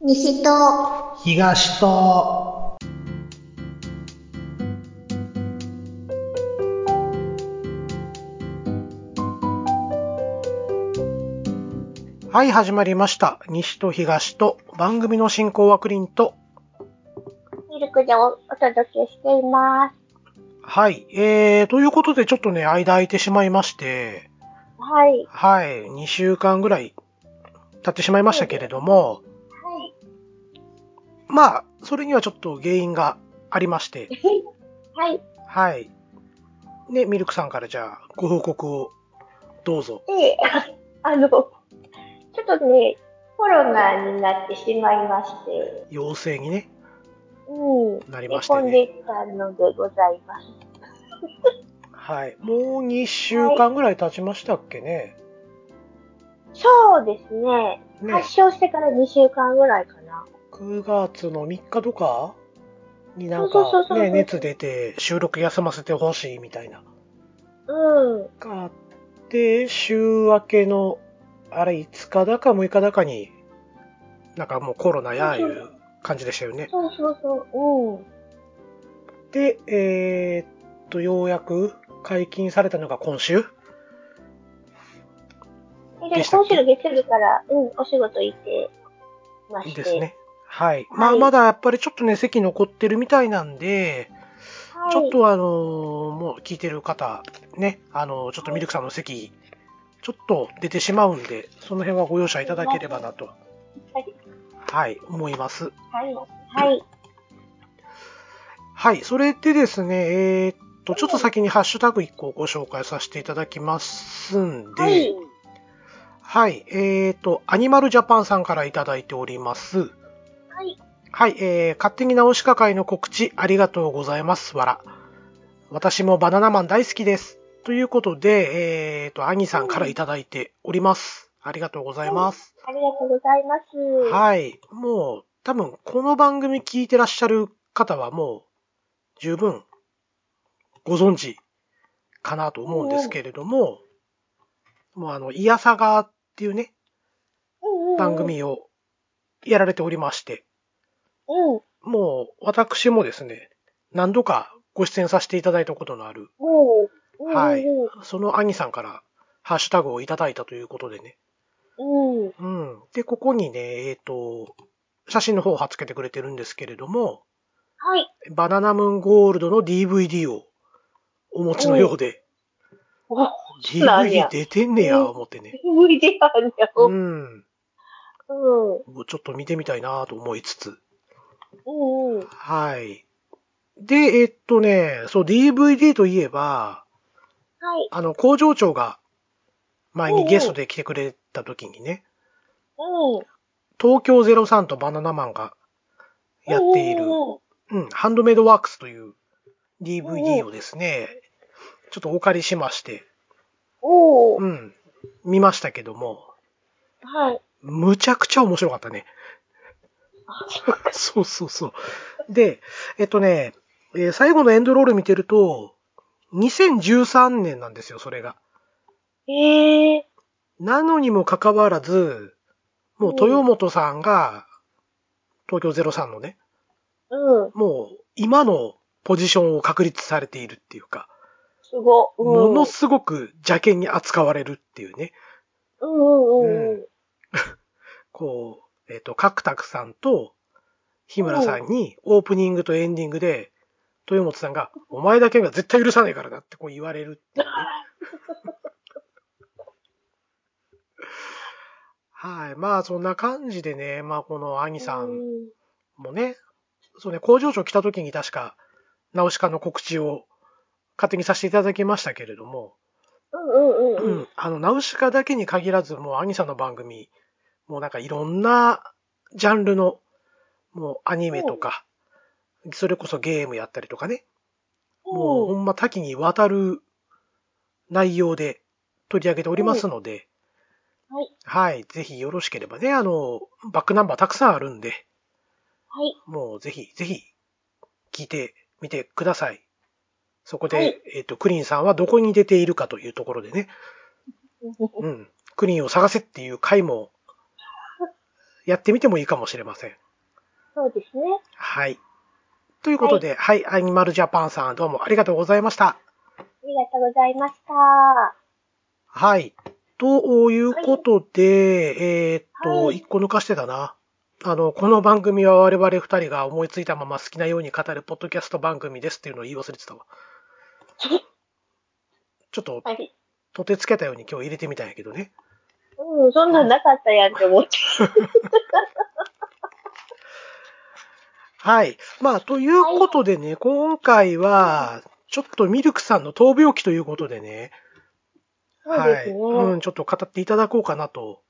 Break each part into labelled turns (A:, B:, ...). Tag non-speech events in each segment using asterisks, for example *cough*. A: 西と、
B: 東と、はい、始まりました。西と東と、番組の進行はクリンと、
A: ミルクでおお届けしています。
B: はい、えー、ということでちょっとね、間空いてしまいまして、
A: はい。
B: はい、2週間ぐらい経ってしまいましたけれど
A: は
B: も、
A: い。
B: まあ、それにはちょっと原因がありまして、
A: はい。
B: はい。ね、ミルクさんからじゃあ、ご報告を、どうぞ。
A: で、あの、ちょっとね、コロナになってしまいまして、
B: 陽性にね、
A: うん。
B: なり
A: 寝
B: ました
A: 込んで
B: ね。
A: いたのでございます。
B: はい。もう2週間ぐらい経ちましたっけね。
A: そうですね。
B: ね
A: 発、症してから2週間ぐらいかな。
B: 9月の3日とかになん
A: そうそうそう
B: か、
A: そう
B: ね、熱出て収録休ませてほしいみたいな。
A: うん。
B: があって、週明けの、あれ5日だか6日だかに、なんかもうコロナやい
A: そうそう
B: う感じでしたよね。
A: そうそうそう。うん。
B: で、えーっと、ようやく解禁されたのが今週
A: で、
B: でしたっ
A: 今週
B: け
A: の月曜日から、うん、お仕事行ってまして。
B: ですね。はい。まあ、
A: はい
B: まだやっぱりちょっとね、席残ってるみたいなんで、
A: はい。
B: ちょっとあのーもう聞いてる方、ね、あのーちょっとミルクさんの席、ちょっと出てしまうんで、その辺はご容赦いただければなと、
A: はい。
B: はい、思います。
A: はい。はい。
B: はい、それでですね、えーっと、ちょっと先にハッシュタグ1個ご紹介させていただきますんで、
A: は
B: はいい、。えーっと、アニマルジャパンさんからいただいております。
A: はい。
B: はい、えー、勝手に直しか会の告知ありがとうございます。わら。私もバナナマン大好きです。ということで、えーと、アニさんからいただいております。ありがとうございます。
A: ありがとうございます。
B: はい、もう、多分、この番組聞いてらっしゃる方はもう、十分、ご存知かなと思うんですけれども、もうあの、イヤサガっていうね、
A: うんうん
B: 番。組をやられておりまして、
A: うん。
B: もう、私もですね、何度かご出演させていただいたことのある、
A: うん。うん
B: はい
A: うん
B: その兄さんからハッシュタグをいただいたということでね。
A: うん。
B: うん。で、ここにね、えっ、と、写真の方を貼っつけてくれてるんですけれども、
A: はい。 *laughs*
B: バナナムーンゴールドの DVD をお持ちのようで、
A: お、なんや
B: DVD 出てんねや、思ってね。
A: 無理である
B: う
A: よ。
B: ん。
A: うん。
B: ちょっと見てみたいなと思いつつ。
A: うん。うん。
B: はい。で、えっ、とね、そう、DVD といえば、
A: はい。
B: あの、工場長が前
A: おうお
B: に
A: う
B: ゲストで来てくれた時にね、
A: うん。
B: 東京03とバナナマンがやっている
A: うん、うん
B: うん、ハンドメイドワークスという DVD をですね、ちょっとお借りしまして、
A: お
B: う
A: ー。
B: ん、見ましたけども、
A: はい。
B: むちゃくちゃ面白かったね。 *laughs* そうそうそう。で、えっとね、えー最後のエンドロール見てると、2013年なんですよ、それが。
A: ええ。
B: なのにもかかわらず、もう豊本さんが、東京03のね、
A: うん。
B: もう今のポジションを確立されているっていうか、
A: すご。うん
B: ものすごく邪険に扱われるっていうね、
A: うんうんうん。
B: こう、えっ、と、角拓さんと日村さんにオープニングとエンディングで、豊本さんが、お前だけが絶対許さないからだってこう言われるっていうね。 *laughs* はい。まあ、そんな感じでね、まあ、この兄さ
A: うんん。
B: もね、そうね、工場長来た時に確か、ナウシカの告知を勝手にさせていただきましたけれども、
A: うんうん
B: う
A: うんうん。
B: ん、あの、ナウシカだけに限らず、もうアニさんの番組、もうなんかいろんなジャンルの、もうアニメとか、それこそゲームやったりとかね、もうほんま多岐にわたる内容で取り上げておりますので、
A: うんはい。
B: はい、ぜひよろしければね、あの、バックナンバーたくさんあるんで、
A: はい。
B: もうぜひ、ぜひ、聞いてみてください。そこで、
A: はい
B: えっ、と、クリンさんはどこに出ているかというところでね、うん、クリンを探せっていう回もやってみてもいいかもしれません。
A: そうですね。
B: はい。ということで、はい、アニマルジャパンさんどうもありがとうございました。
A: ありがとうございました。
B: はい。ということで、えーっと、
A: はい
B: 一個抜かしてだな。あの、この番組は我々二人が思いついたまま好きなように語るポッドキャスト番組ですっていうのを言い忘れてたわ。ちょっと、
A: はい。
B: とてつけたように今日入れてみたんやけどね。
A: うん、そんなんなかったやんって思って。
B: はい。まあ、ということでね、今回は、ちょっとミルクさんの闘病記ということでね、
A: そうですね。
B: はい。
A: は
B: うん、ちょっと語っていただこうかなと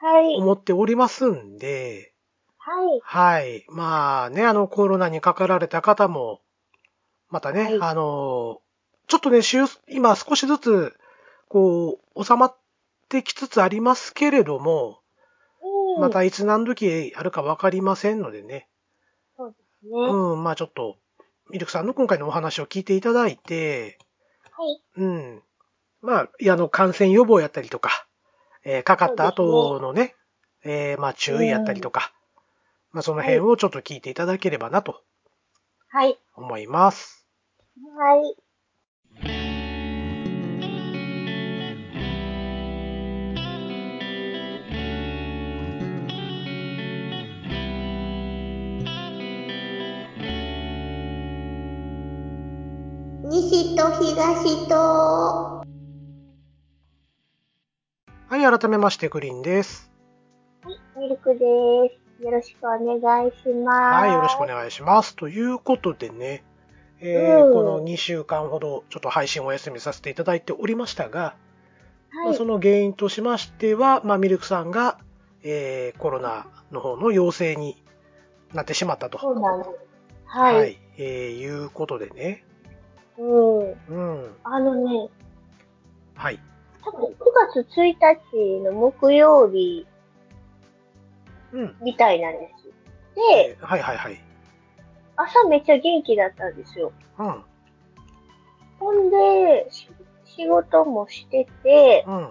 A: い。はい。
B: 思っておりますんで、はい。まあね、あのコロナにかかられた方も、またね、
A: はい
B: あの、ちょっとね、収今少しずつ、こう、収まってきつつありますけれども、
A: うん。
B: またいつ何時あるかわかりませんのでね、
A: そうですね。は
B: うん、まあちょっと、ミルクさんの今回のお話を聞いていただいて、
A: い。
B: うん。まあ、いやあの、感染予防やったりとか、えーかかった後のね、えーまあ、注意やったりとか、まあ、その辺をちょっと聞いていただければなと
A: はい。
B: 思います。
A: はい。西と東と。
B: はい、改めまして、グリーンです。
A: ミルクです。よろしくお願いします。
B: はい、よろしくお願いします。ということでね、えー
A: うん
B: この2週間ほどちょっと配信をお休みさせていただいておりましたが、まあ
A: はい。
B: その原因としましては、まあ、ミルクさんが、えーコロナの方の陽性になってしまったと。
A: そうなんです。はい。
B: えーいうことでね。
A: うん。
B: うん。
A: あのね、
B: はい。
A: 多分9月1日の木曜日
B: うん。
A: みたいなんです。で、
B: えーはいはいはい。
A: 朝めっちゃ元気だったんですよ。
B: うん。
A: ほんで、し仕事もしてて、
B: うん。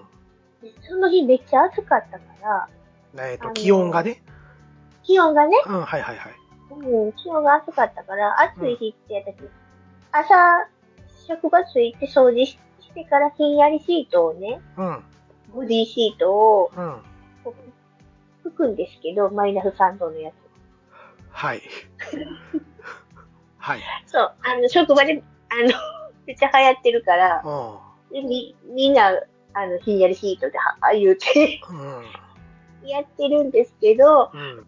A: その日めっちゃ暑かったから、
B: えっ、
A: あ
B: と、
A: の
B: 気温がね。
A: 気温がね、
B: うん、はいはいはい。
A: うん、気温が暑かったから、暑い日って私、朝、職場着いて掃除ししてからひんやりシートをね、
B: うん。
A: ボディシートを
B: うん。
A: こう拭くんですけど、マイナス3度のやつ。
B: はい。はい。
A: そう、あの、職場で、あの、 *laughs* めっちゃ流行ってるから、
B: う
A: でみ、みんな、あの、ひんやりヒートで、はあ、言うて、
B: ん。う
A: *laughs*
B: ん。
A: やってるんですけど、
B: うん。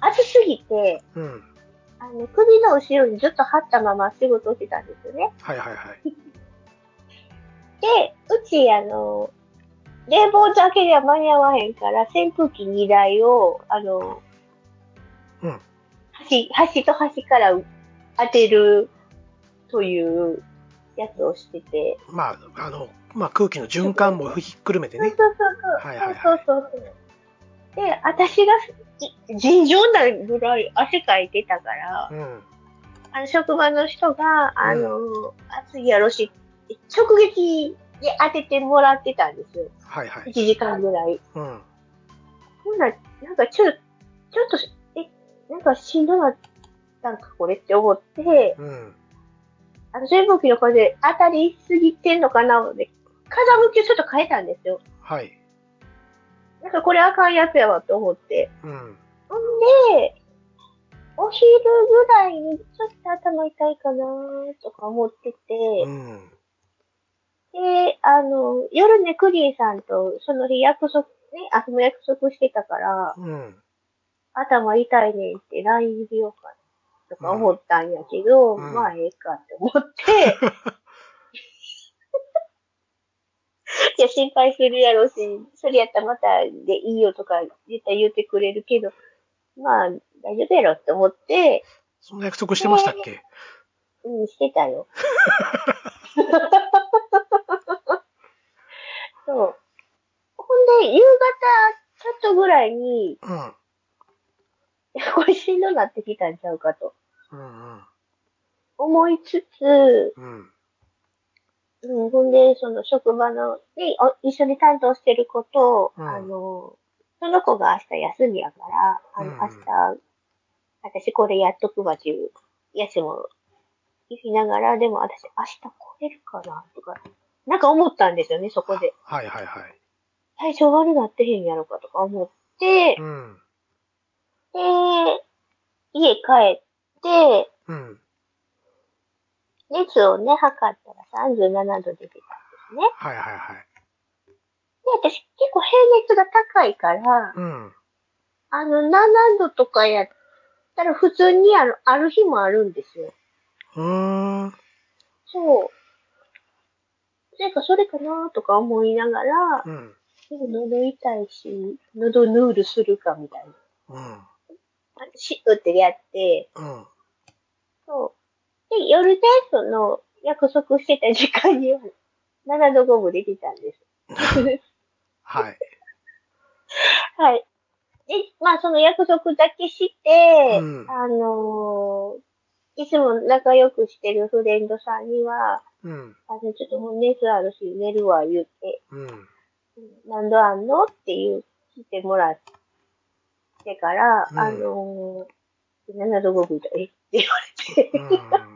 A: 暑すぎて、
B: うん。
A: あの、首の後ろにずっと張ったまま仕事をしてたんですよね。
B: はいはいはい。
A: で、うち、あの、冷房だけじゃ間に合わへんから、扇風機2台を、あの、
B: うん
A: 端、端と端から当てるというやつをしてて、
B: まあ、あの、まあ空気の循環もひっくるめて
A: そう
B: ね。
A: そうそうそう。
B: はいはいはい
A: そうそうそうそう。で、私がい尋常なぐらい汗かいてたから、
B: うん。
A: あの職場の人が、あの、暑いやろしって、直撃で当ててもらってたんですよ。
B: はいは
A: 1
B: い。
A: 時間ぐらい。
B: うん。
A: ほんなら、なんかちょ、ちょっとし、え、なんかしんどなったんかこれって思って、
B: うん。
A: あの扇風機の風で当たりすぎてんのかなで、風向きをちょっと変えたんですよ。
B: はい。
A: なんかこれあかんやつやわと思って。
B: うん。
A: ほんで、お昼ぐらいにちょっと頭痛いかなとか思ってて、
B: うん。
A: で、あの、夜ね、クリーンさんとその日約束、ね、あ、その約束してたから、
B: うん。
A: 頭痛いねんって LINE 入れようかなとか思ったんやけど、
B: うん
A: まあええかって思
B: *laughs*
A: って、いや、心配するやろうし、それやったらまたでいいよとか絶対言ってくれるけど、まあ大丈夫やろって思って、
B: そんな約束してましたっけ
A: うん、してたよ。そう。ほんで、夕方ちょっとぐらいに、 *laughs*
B: うん。
A: いやこれしんどなってきたんちゃうかと
B: うん。
A: 思いつつ、
B: うん。
A: うん、ほんで、その職場の、ね、お一緒に担当してる子と、
B: うん
A: あの、その子が明日休みやから、あの、
B: うん
A: 明日、私これやっとくわ、中、やつも、言いながら、でも私明日来れるかな、とか、なんか思ったんですよね、そこで。
B: はいはいはい。
A: 体調悪なってへんやろかとか思って
B: う、ん。
A: で、家帰って、
B: うん。
A: 熱をね、測ったら37度出てた。
B: はいはいはい。
A: で、私結構平熱が高いから、
B: うん。
A: あの、7度とかやったら普通にある、ある日もあるんですよ。
B: うーん。
A: そう。なんかそれかなとか思いながら
B: う、ん。
A: でも喉痛いし、喉ヌールするかみたいな。
B: うん。
A: シューってやって、
B: うん。
A: そう。で、夜ね、その、約束してた時間には、7度5分出てたんです。
B: はい。
A: はい。で、まあ、その約束だけして、
B: うん
A: あのーいつも仲良くしてるフレンドさんには、
B: うん。
A: あの、ちょっともう熱あるし、寝るわ、言って、
B: うん。
A: 何度あんのって言ってもらってから、
B: うん
A: あのー、7度5分だ、えって *laughs* 言われて、
B: うん。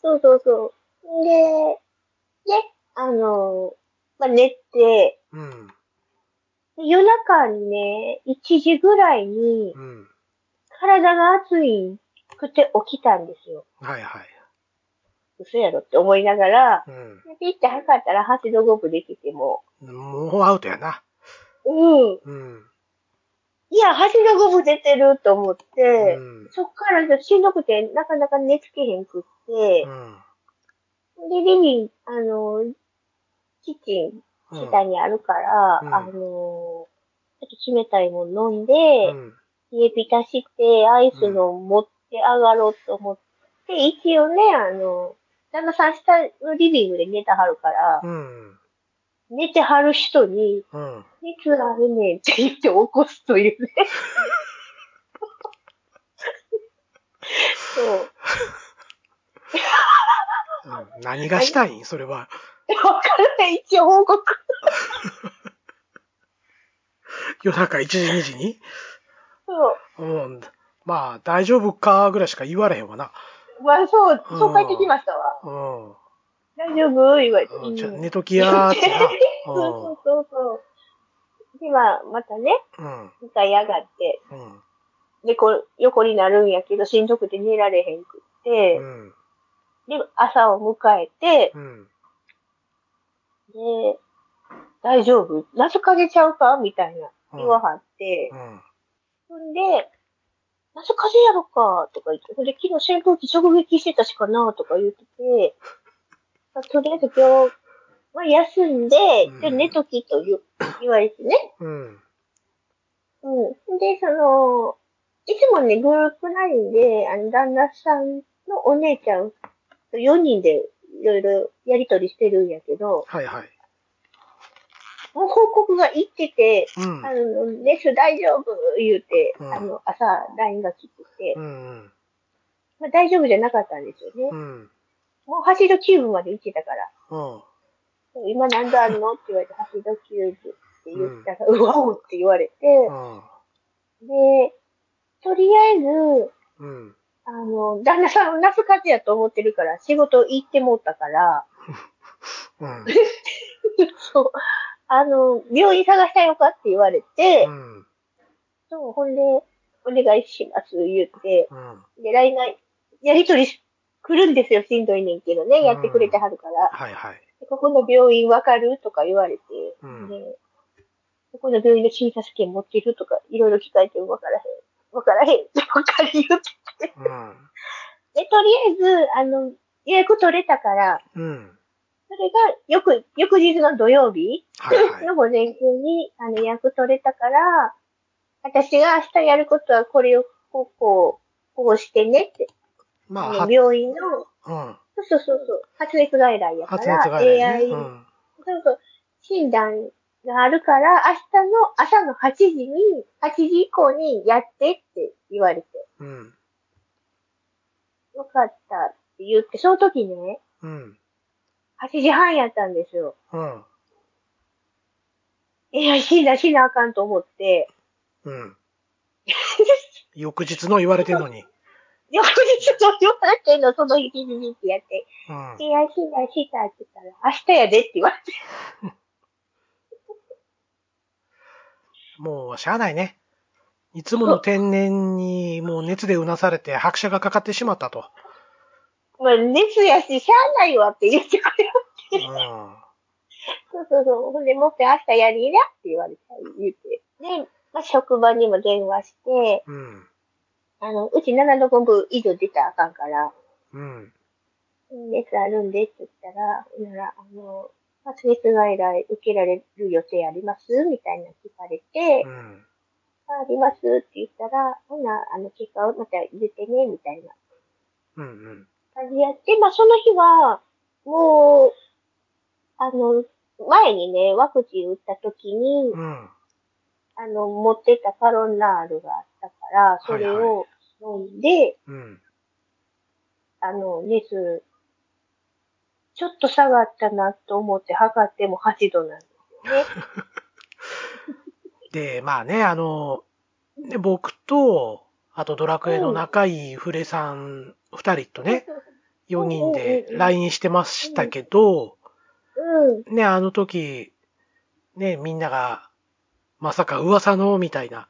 A: そうそうそう。で、で、あのー、まあ、寝て、
B: うん。
A: で夜中にね、1時ぐらいに、
B: うん。
A: 体が熱いくて起きたんですよ。
B: はいはい。
A: 嘘やろって思いながら、
B: うん。
A: ピッて測ったら8度5分できても、
B: もうアウトやな。
A: うん。
B: うん。
A: いや、8度5分出てると思っ
B: う
A: て、
B: ん。
A: そっからじゃしんどくて、なかなか寝つけへんくって
B: う、ん。
A: で、リビング、あの、キッチン、
B: うん
A: 下にあるから、
B: うん
A: あの、ちょっと冷たいもの飲んで、
B: うん。
A: 冷え浸して、アイスの持って上がろうと思って、一応ね、あの、旦那さん下のリビングで寝てはるから、
B: うん。
A: 寝てはる人に、
B: うん。
A: 熱あるねんって言って起こすと *laughs* いうね。そう。
B: 何がしたいんそれは。
A: わからない、一応報告。
B: 夜中1時2時に
A: そう。
B: うん。まあ、大丈夫かぐらいしか言われへんわな。
A: まあそう、
B: うん
A: そう帰ってきましたわ。
B: うん。
A: 大丈夫言われて。
B: うんちょ
A: うん
B: 寝ときやーってな。
A: そうそうそうそう。で、まあ、またね、
B: うん。
A: 一回上がって、
B: うん。
A: で、こう、横になるんやけど、しんどくて寝られへんくって、
B: うん。
A: で、朝を迎えて、
B: うん。
A: で、大丈夫夏風邪ちゃうかみたいな
B: うん
A: 言わはって、
B: うん。
A: ほんで、夏風邪やろかとか言って、ほんで、昨日扇風機直撃してたしかなとか言ってて、まあとりあえず今日、まあ、休んで、
B: うん
A: 今日寝ときと言う言われてね。
B: うん。
A: うん。で、その、いつもね、グループ LINE で、あの、旦那さんのお姉ちゃんと4人でいろいろやりとりしてるんやけど、
B: はいはい。
A: もう報告が行ってて、
B: うん
A: あ。の、熱大丈夫言うて、
B: うん
A: あの、朝 LINE が来てて
B: う、ん。
A: まあ、大丈夫じゃなかったんですよね。
B: うん。
A: もう8度9分まで行ってたから、
B: うん。
A: 今何度あるのって言われて、8度9分って言ったら、うわおって言われて、で、とりあえず、
B: うん。
A: あの、旦那さん、夏風邪やと思ってるから、仕事行ってもったから、 *laughs*
B: うん。
A: そう、あの、病院探したよかって言われて、
B: うん。
A: そう、ほんで、お願いします、言って、
B: うん。
A: で、LINE が、やりとりし来るんですよ、しんどいねんけどね、やってくれてはるから、
B: はいはい。
A: でここの病院わかるとか言われて、
B: うん
A: で、ここの病院の診察券持ってるとか、いろいろ聞かれてもわからへん、わからへん、とか言って、
B: うん。
A: で、とりあえず、あの、予約取れたから、
B: うん。
A: それが、よく、翌日の土曜日
B: はいはい。
A: の午前中に、あの、予約取れたから、私が明日やることはこれを、こう、こう、こうしてねって。
B: まあ、
A: あ
B: は
A: の、病院の、そう
B: うん。
A: そうそうそう、発熱外来やか
B: 発
A: ら、
B: 熱外来
A: AI、
B: ね。うん。
A: そうそう、診断があるから、明日の朝の8時に、8時以降にやってって言われて、
B: うん。
A: よかったって言って、その時ね、
B: うん。
A: 8時半やったんですよ。
B: うん。
A: いや、死な、死なあかんと思って、
B: うん。翌日の言われてんのに。
A: 翌日の言われてんの、その日ビビビってやって、
B: うん。
A: いや、死な、死なって言ったら、明日やでって言われて、
B: もう、しゃあないね。いつもの天然に、もう熱でうなされて拍車がかかってしまったと。
A: まあ、熱やし、しゃあないわって言ってくれる。
B: うん。あ
A: そうそうそう。 *laughs* ほんで、もって明日やりなって言われた、言って。で、まあ、職場にも電話して、
B: うん。
A: あの、うち7度5分以上出たらあかんから、
B: うん。
A: 熱あるんでって言ったら、なら、あの、発熱外来受けられる予定ありますみたいなの聞かれて、
B: うん。
A: ありますって言ったら、ほな、あの、結果をまた言ってね、みたいな
B: うん。うん。
A: 感じやって、まあ、その日は、もう、あの、前にね、ワクチン打った時に、
B: うん。
A: あの、持ってたカロンナールがあったから、それを飲んで、
B: うん。
A: あの、熱、ちょっと下がったなと思って測っても8度なんですよね。
B: で、まあね、あの、ね、僕と、あとドラクエの仲いいフレさん二人とね、4人で LINE してましたけど、
A: うん。
B: ね、あの時、ね、みんなが、まさか噂の、みたいな。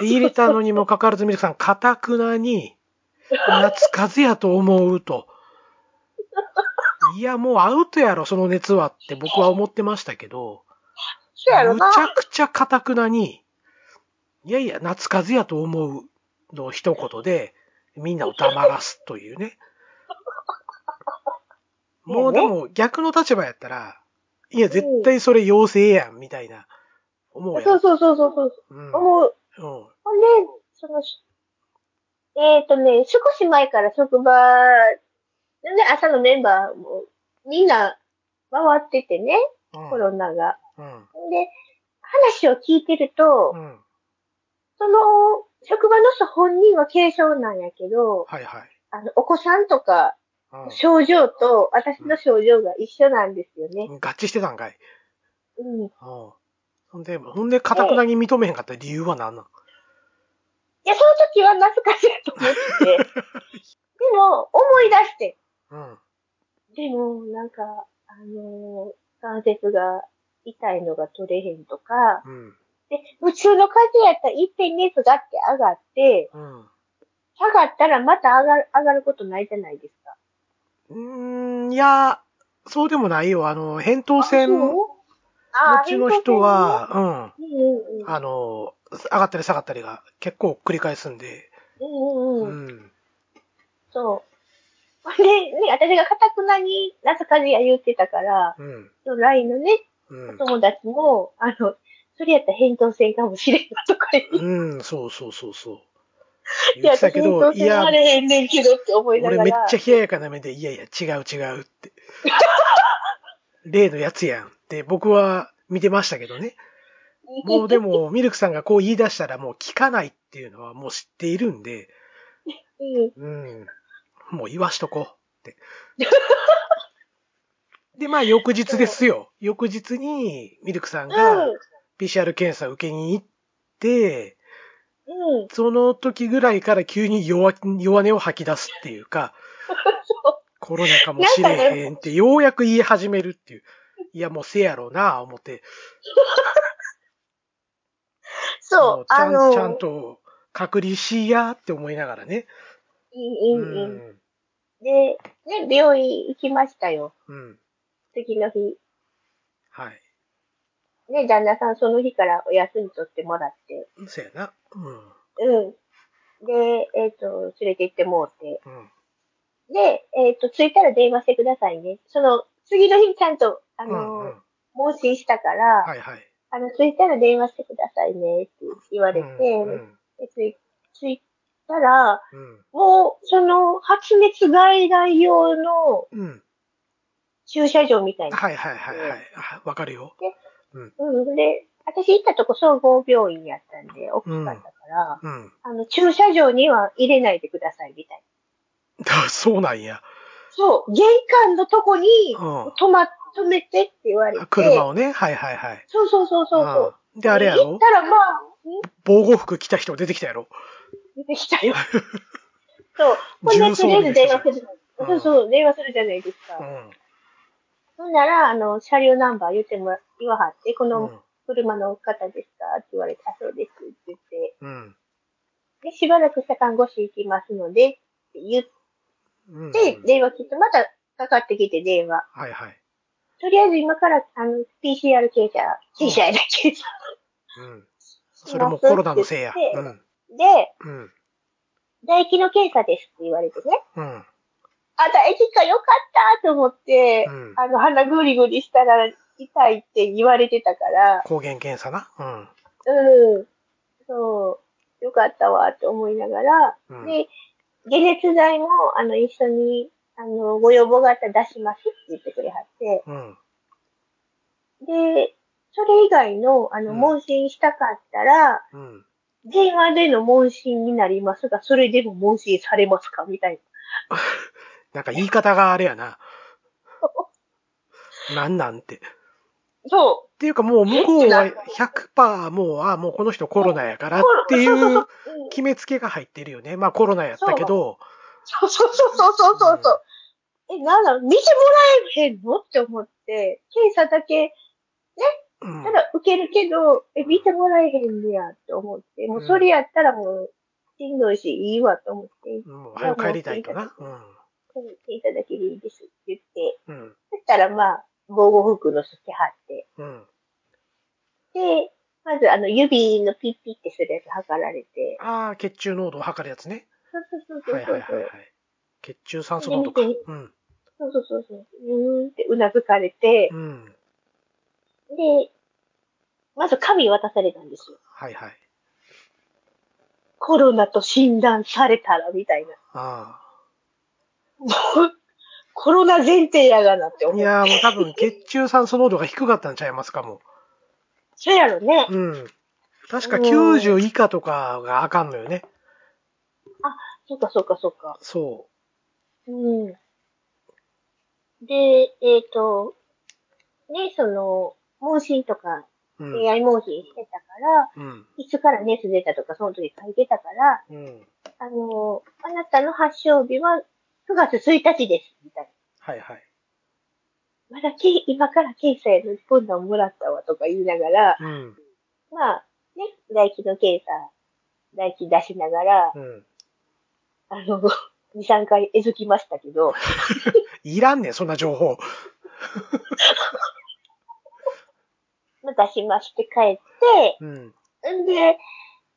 B: 入れたのにもかかわらず、ミルクさん、かたくなに、夏風邪やと思うと。いや、もうアウトやろ、その熱はって僕は思ってましたけど、
A: そうやろ
B: む
A: な。
B: ちゃくちゃかたくなに、いやいや、夏風邪やと思うの一言で、みんなを黙らすというね。もうでも逆の立場やったら、いや、絶対それ陽性やん、みたいな、思うやん。
A: そうそうそうそうそう。
B: うん
A: 思う。
B: うん
A: ほんで、その、えっ、とね、少し前から職場、で朝のメンバーも、みんな回っててね、
B: うん
A: コロナが。
B: うん
A: ほんで、話を聞いてると、
B: うん
A: その、職場の人本人は軽症なんやけど、
B: はいはい。
A: あの、お子さんとか、
B: うん
A: 症状と私の症状が一緒なんですよね。
B: 合致してたんかい。
A: うん。い
B: うんほんで、ほんで、かたくなに認めへんかった理由は何なん
A: や、その時は懐かしいと思って。
B: *laughs*
A: でも、思い出して。
B: うん。
A: でも、なんか、あのー関節が痛いのが取れへんとか、
B: うん。
A: で、普通の風邪やったら一遍熱がって上がって、
B: うん。
A: 下がったらまた上がる、上がることないじゃないですか。
B: うーん、いや、そうでもないよ。あの、扁桃腺持
A: あ
B: ちの人、は、
A: そううんうんう
B: うん、あの、上がったり下がったりが結構繰り返すんで、
A: ん。うんうん
B: う
A: うん。
B: ん。
A: そう。 *laughs* ほんで、ね、私がかたくなに、夏風邪や言ってたから、
B: うん。
A: その LINE のね、
B: うん。
A: 友達も、あの、それやったら扁桃腺かもしれんなとか言って、
B: うん、そうそうそうそう。
A: い
B: 言
A: や、
B: って
A: 私
B: たけ
A: 扁
B: ど、
A: 桃
B: い
A: 腺
B: や
A: あ、れへんねんけどって思いなが
B: 俺
A: ら。
B: めっちゃ冷ややかな目で、いやいや、違う違うって。 *laughs* 例のやつやんって僕は見てましたけど
A: *laughs*
B: ね。もうでも、ミルクさんがこう言い出したらもう聞かないっていうのはもう知っているんで、
A: うん。
B: うん。もう言わしとこ
A: *laughs*
B: うって。で、まあ翌日ですよ。翌日にミルクさんが PCR 検査受けに行って、
A: うん。うん。
B: その時ぐらいから急に弱弱音を吐き出すってい
A: *laughs*
B: うか、コロナかもしれへんってようやく言い始めるっていう。いやもうせやろうな、思って。も
A: そうう、
B: ちゃ
A: あ
B: ん、
A: の、
B: ちゃんと隔離しやって思いながらね。
A: うんうんうん。
B: ん。
A: で、ね、病院行きましたよ。
B: うん。
A: 次の日。
B: はい。
A: ね、旦那さんその日からお休み取ってもらって。
B: そやな。うん。
A: うん。で、えっ、と、連れて行ってもうて。
B: うん。
A: で、えっ、と、着いたら電話してくださいね。その、次の日ちゃんと、あ
B: うん
A: の、
B: うん。
A: 問診したから、
B: はいはい。
A: あの、着いたら電話してくださいね、って言われて、
B: うんうん
A: で着い着いたら、
B: うん
A: もう、その、発熱外来用の
B: うん。
A: 駐車場みたいな。
B: はいはいはいはい。あわかるよ。
A: うん。で、私行ったとこ総合病院やったんで、大きかったから、
B: うん。 *laughs*
A: あの、駐車場には入れないでください、みたいな。
B: だそうなんや。
A: そう、玄関のとこに
B: うん。
A: 止まっ止めてって言われて。
B: 車をね。はいはいはい。
A: そうそうそうそうそう。
B: うんで、あれや
A: 行
B: ろ
A: ったらまあ、ん
B: 防護服着た人出てきたやろ
A: 出てきた *laughs* よ。そう。こんなとりあえず電話する。
B: うん
A: そうそう、電話するじゃないです
B: う
A: か。
B: ん。
A: ほんなら、あの、車両ナンバー言ってもら、言わはって、こ
B: う
A: の
B: ん
A: 車の方ですかって言われて、あそうですって言って。
B: うん。
A: で、しばらくした看護師行きますので、って言っ
B: うん。
A: て、電話切って、またかかってきて電話。
B: はいはい。
A: とりあえず今から、あの、PCR 検査、
B: うん
A: 検査やだけど
B: うん。それもコロナのせいや。
A: し
B: う
A: ます
B: ん。
A: で、
B: うん。
A: 唾液の検査ですって言われてね。
B: うん。
A: あ、唾液かよかったと思って、
B: うん
A: あの、鼻ぐりぐりしたら痛いって言われてたから、
B: 抗原検査な。
A: うん。そう、よかったわって思いながら、
B: うん。うん。
A: で、解熱剤も、あの、一緒に、あの、ご要望があったら出しますって言ってくれはって、
B: うん。
A: で、それ以外の、あの、
B: うん
A: 問診したかったら、
B: うん。
A: 電話での問診になりますが、それでも問診されますかみたいな。
B: なんか言い方があれや
A: *laughs*
B: な。なんなんて。っ
A: そ
B: ていうかもう向こうは100%もう、あもうこの人コロナやから
A: う。
B: ってい
A: そうそううそううん
B: 決めつけが入ってるよね。まあコロナやったけど、
A: そうそうそうそうそうそう。え、なんだろう、見てもらえへんのって思って、検査だけ、
B: うん
A: た。だ受けるけど、え、見てもらえへんねや、と思って、もうそれやったらもう、しんどいし、いいわ、と思って、
B: うん早く帰りたいとな。
A: 検査だけでいいですって言って、
B: うん。うん。
A: そしたらまあ、防護服の先貼って、
B: うん。
A: で、まずあの、指のピッピってするやつ測られて、
B: ああ、血中濃度を測るやつね。
A: そうそうそう
B: はいは
A: そ
B: いはいうは
A: そう
B: い。。血中酸素濃度か。うん。
A: そうそうそうそう。うーんってうなずかれて
B: う、ん。
A: で、まず紙渡されたんですよ。
B: はいはい。
A: コロナと診断されたら、みたいな。
B: あ
A: もう、コロナ前提やがなって
B: あ。い
A: 思う。
B: やーもう多分血中酸素濃度が低かったんちゃいますかも
A: そうやろね。
B: う。うん。確か90以下とかがあかんのよね。
A: そうかそうかそうか。
B: そ
A: うん。で、えっ、と、ね、その、問診とか、
B: う。うん。
A: AI 問診してたから、
B: うん。
A: いつから熱出たとか、その時書いてたから、
B: うん。
A: あの、あなたの発症日は9月1日です、みたいな。
B: はいはい。
A: まだけ、今から検査やのにこんなんもらったわとか言いながら、
B: うん。
A: まあ、ね、唾液の検査、唾液出しながら、
B: うん。
A: あの、2、3回えずきましたけど、
B: いらんねん、そんな情報。
A: まあ出しまして帰っ
B: うん。
A: て、んで、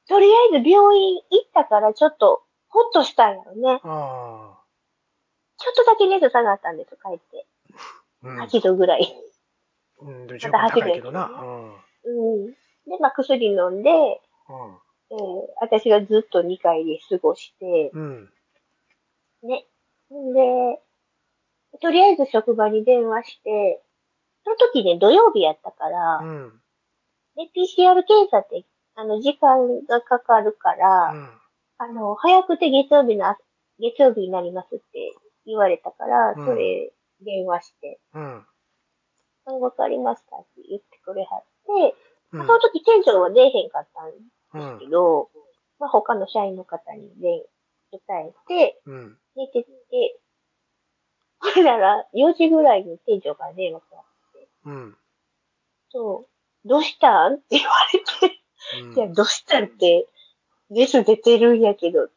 A: とりあえず病院行ったからちょっと、ほっとしたんやろね。
B: ああ。
A: ちょっとだけ熱下がったんです、帰って。
B: うん。
A: 8度ぐらい。
B: うん、で十分高いけどな。うん。
A: うん。で、まあ薬飲んで、えー私がずっと2階で過ごして、
B: うん。うん。
A: ね。んで、とりあえず職場に電話して、その時ね、土曜日やったから
B: う、ん。
A: で、PCR 検査って、あの、時間がかかるから、
B: うん。
A: あの、早くて月曜日のあ、月曜日になりますって言われたから、
B: うん
A: それ、電話して、
B: うん。
A: あわかりましたって言ってくれはって、
B: う
A: そ
B: ん
A: の時店長は出えへんかったんで
B: う
A: す
B: ん。
A: けど、まあ、他の社員の方に伝伝えて、
B: うん。
A: 出てって、ほんなら、4時ぐらいに店長から電話が、
B: うん。
A: そう、どうしたんって言われて、
B: うん
A: いや、どうしたって、熱出てるんやけど、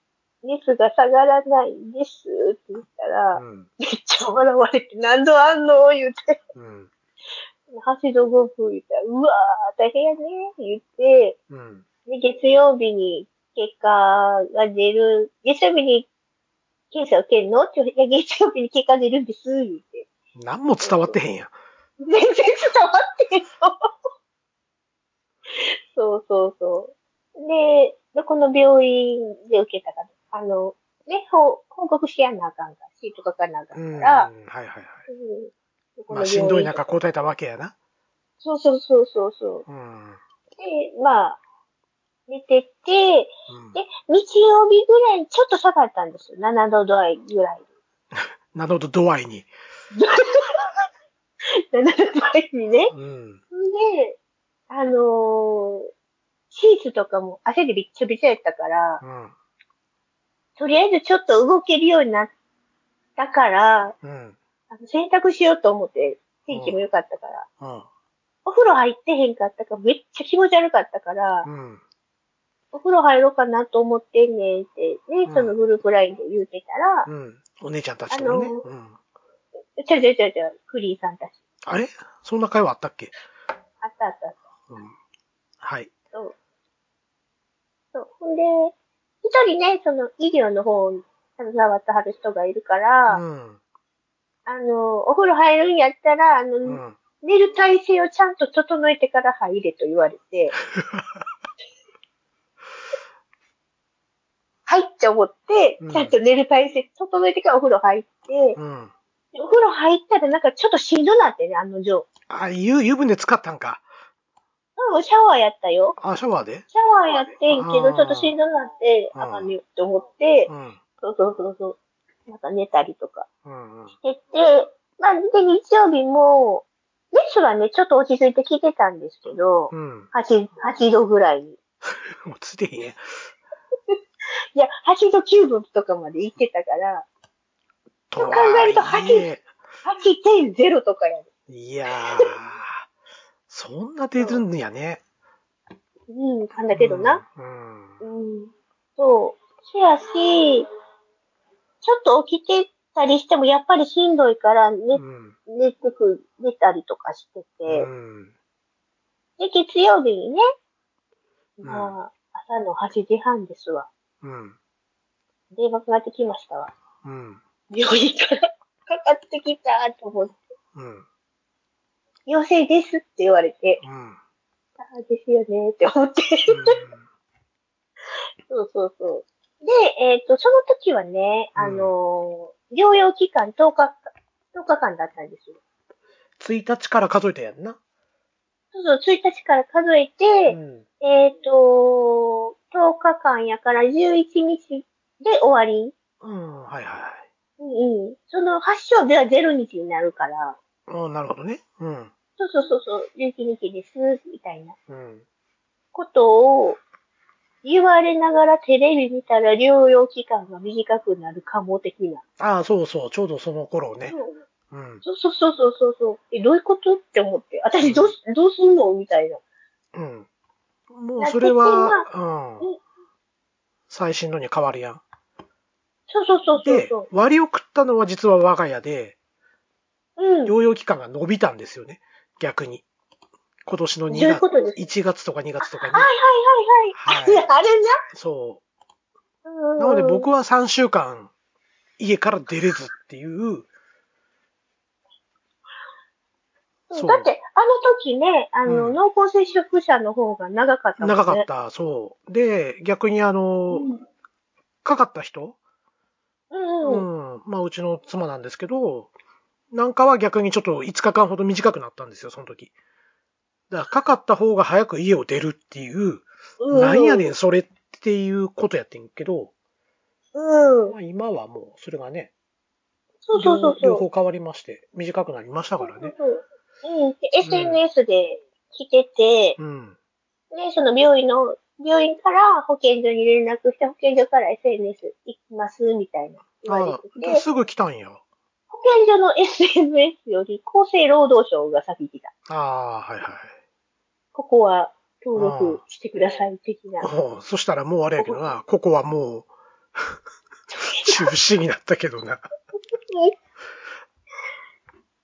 A: 熱が下がらないんですって言ったら、
B: うん。
A: めっちゃ笑われて、何度あんの言うて、
B: うん。
A: 橋戸ごく言ったら、うわー、大変やね言って、
B: うん。
A: で、月曜日に結果が出る、月曜日に検査受けるのって言ういや、月曜日に結果出るんです、言って。
B: 何も伝わってへんやん。
A: 全然伝わってへんの。そうそうそう。で、どこの病院で受けたか、あの、ね、報報告しやなあかんか、シート書かなあか
B: うんん。
A: か
B: は
A: ら、
B: いはいはい。
A: うんどこ
B: ま
A: の
B: あ、
A: 病
B: しん
A: 院
B: どい中答えたわけやな。
A: そうそうそうそうそ
B: うん。うん。
A: う。で、まあ、寝てて、で、日曜日ぐらいにちょっと下がったんですよ。7度台ぐらい。
B: なるほど、度合いに。
A: 7倍にね。
B: うん。
A: で、あのーシーツとかも汗でびっちょびちょやったから、
B: うん。
A: とりあえずちょっと動けるようになったから、
B: うん。
A: あの洗濯しようと思って、天気も良かったから、
B: うん。
A: お風呂入ってへんかったから、めっちゃ気持ち悪かったから、
B: うん。
A: お風呂入ろうかなと思ってんねんって、ね、そのグループラインで言うてたら、
B: うん。お姉ちゃんたちともね。
A: あのー
B: うん。
A: ちゃちゃちゃちゃ、クリーさんたち。
B: あれそんな会話あったっけ
A: あったあったあっ
B: うん。はい。
A: た。そう。そう。ほんで、一人ね、その医療の方に携わってはる人がいるから、
B: うん。
A: あの、お風呂入るんやったら、あの、
B: うん。
A: 寝る体勢をちゃんと整えてから入れと言われて、
B: *laughs*
A: はいって思って
B: うん、
A: ちゃんと寝る体勢整えてからお風呂入って、
B: うん。
A: お風呂入ったらなんかちょっとしんどなってね、あの女。
B: あ、湯、湯船使ったんか。
A: うん、シャワーやったよ。
B: あ、シャワーで
A: シャワーやってんけ
B: あ
A: ど、
B: ー
A: ちょっとしんどなって、
B: うん
A: あかんねって思って
B: う、ん。
A: そうそうそうそう。なんか寝たりとか
B: うん。うん。
A: してて、まあ、で、日曜日も、レッスンはね、ちょっと落ち着いてきてたんですけど、
B: うん。
A: 8、8度ぐらいに。
B: もうついてへんやん。
A: いや、8度9分とかまで行ってたから、
B: と
A: 考えると
B: はいえ
A: 8.0とかやね。
B: いやー、そんな出るんやね。
A: うん、かんだけどな。
B: うん。うん。
A: うん。そう。せやし、ちょっと起きてたりしても、やっぱりしんどいから、
B: う
A: 寝、
B: ん。
A: 寝てく、寝たりとかして
B: う
A: て。
B: ん。
A: で、月曜日にね、
B: うん
A: まあ、朝の8時半ですわ。
B: うん。
A: 電話かかってきましたわ。
B: うん。
A: 病院から *laughs* かかってきたと思って、
B: うん。
A: 陽性ですって言われて、
B: うん。
A: ああ、ですよねって思って。そうそうそう。で、えっ、と、その時はね、
B: うん
A: あのー療養期間10日、10日間だったんですよ。
B: 1日から数えたやんな。
A: そうそう、1日から数え
B: う
A: て、
B: ん。
A: えっ、と、10日間やから11日で終わり。
B: うん。はいは
A: うんうん。その発症日は0日になるから、
B: いはい。うん、なるほどね。うん。
A: そうそうそう、そう11日です、みたいな
B: うん。
A: ことを言われながらテレビ見たら療養期間が短くなるかも的な。
B: ああ、そうそう。ちょうどその頃ね。
A: そう
B: うん。
A: そうそうそうそうそうそう。え、どういうことって思って。私どうす、どうすんのみたいな。
B: うん。もうそれは、う
A: うん
B: ん。最新のに変わるやん。
A: そうそうそうそう
B: で
A: そ、
B: 割を食ったのは実は我が家で、
A: う。うん。ど
B: 療養期間が伸びたんですよね。逆に。今年の
A: う
B: 2
A: いう
B: 月、
A: ことです
B: 1月とか2月とかに
A: か。はいはいはい。
B: は
A: あれ
B: そ
A: な。
B: う。なので僕
A: は。
B: は3週間、家から出れずっていう、
A: だ
B: そう
A: って、あの時ね、あの、
B: うん
A: 濃厚接触者の方が長かったもんね。
B: 長かった、そう。で、逆にあの
A: う、ん。
B: かかった人、
A: うん
B: う
A: うん。
B: ん、まあうちの妻なんですけど、なんかは逆にちょっと5日間ほど短くなったんですよ、その時。だからかかった方が早く家を出るっていう、
A: うん。
B: なんやねん、それっていうことやってんけど、
A: うん
B: ま。あ今はもうそれがね、
A: そうそうそう。
B: 両両
A: そう
B: 方変わりまして、短くなりましたからね。
A: そうそううん。で SNS で来てて、
B: うん。
A: ね、その病院の、病院から保健所に連絡して、保健所から SNS 行きます、みたいな言わ
B: あ
A: れて
B: あ、
A: て、
B: すぐ来たんや。
A: 保健所の SNS より厚生労働省が先に来た。
B: ああ、はいはい。
A: ここは登録してください、的な。
B: おうそしたらもうあれやけどな、ここはも
A: *laughs*
B: う、中止になったけどな。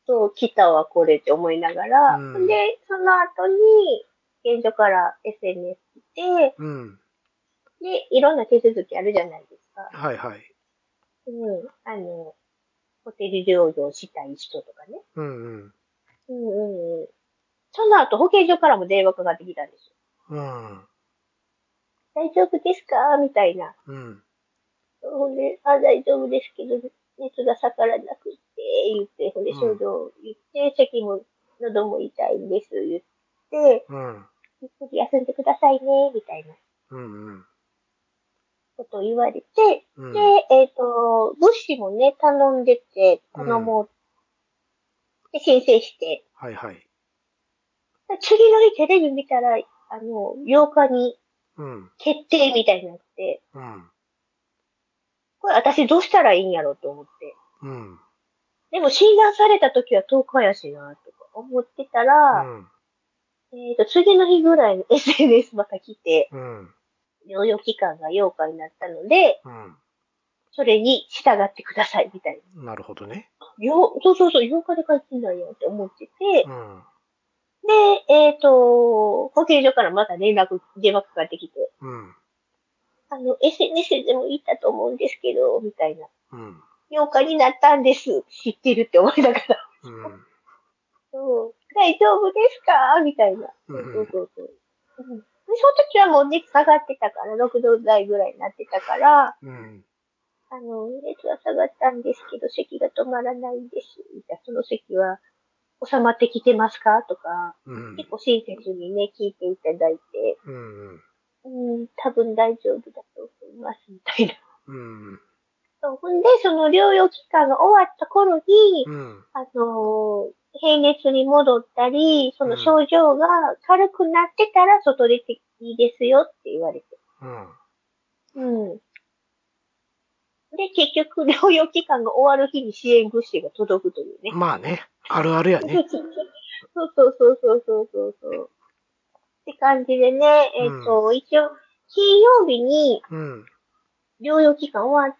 A: そう、来たわ、これって思いながら、
B: うん
A: で、その後に、保健所から SNS 来て、
B: うん。
A: で、いろんな手続きあるじゃないですか。
B: はいはい。
A: うん。あの、ホテル療養したい人とかね。
B: うん
A: うんうんうん。その後、保健所からも電話かかってきたんですよ。
B: うん。うん。
A: 大丈夫ですかみたいな。
B: うん。
A: ほんで、あ、大丈夫ですけど、熱が下がらなくて、言って、ほんで、
B: うん
A: 症状言って、咳も、喉も痛いんです、言って、
B: うん。
A: ゆっくり休んでくださいね、みたいな
B: うん。
A: ことを言われて、
B: うん。
A: で、えっ、と、物資もね、頼んでて、子供で、申請して。
B: はいはい。
A: で次の日テレビ見たら、あの、8日に
B: うん。
A: 決定みたいになって、
B: うん。
A: これ私どうしたらいいんやろうと思って。
B: うん。
A: でも診断された時は10日やしな、とか思ってた
B: う
A: ら、
B: ん。
A: えっ、と、次の日ぐらいに *laughs* SNS また来て、
B: うん。
A: 療養期間が8日になったので、
B: う
A: それに従ってください、みたいな。
B: ん。なるほどね。
A: ようそうそうそう、8日で帰ってんだよって思ってて、
B: うん。
A: で、えっ、と、保健所からまた連絡、電話かかってきて、
B: うん。
A: あの、SNS でも言ったと思うんですけど、みたいな。
B: うん。
A: 8日になったんです。知ってるって思いながら。
B: うん。。
A: うん大丈夫ですかみたいな。そううんそうそう。うんでその時はもう熱下がってたから、6度台ぐらいになってたから、
B: うん。
A: あの、熱は下がったんですけど、咳が止まらないんです。みたいなその咳は収まってきてますかとか、
B: うん。
A: 結構親切にね、聞いていただいて、
B: うん。
A: うん、多分大丈夫だと思います、みたいな。
B: うん。
A: そうほんで、その療養期間が終わった頃に、
B: うん。
A: あのー、平熱に戻ったり、その症状が軽くなってたら外出ていいですよって言われて。
B: うん。
A: うん。で、結局、療養期間が終わる日に支援物資が届くというね。
B: まあね。あるある
A: *laughs*
B: やね。
A: そうそうそうそうそうそうそう。って感じでね、えっ、と、一応、金曜日に
B: うん。
A: 療養期間終わっ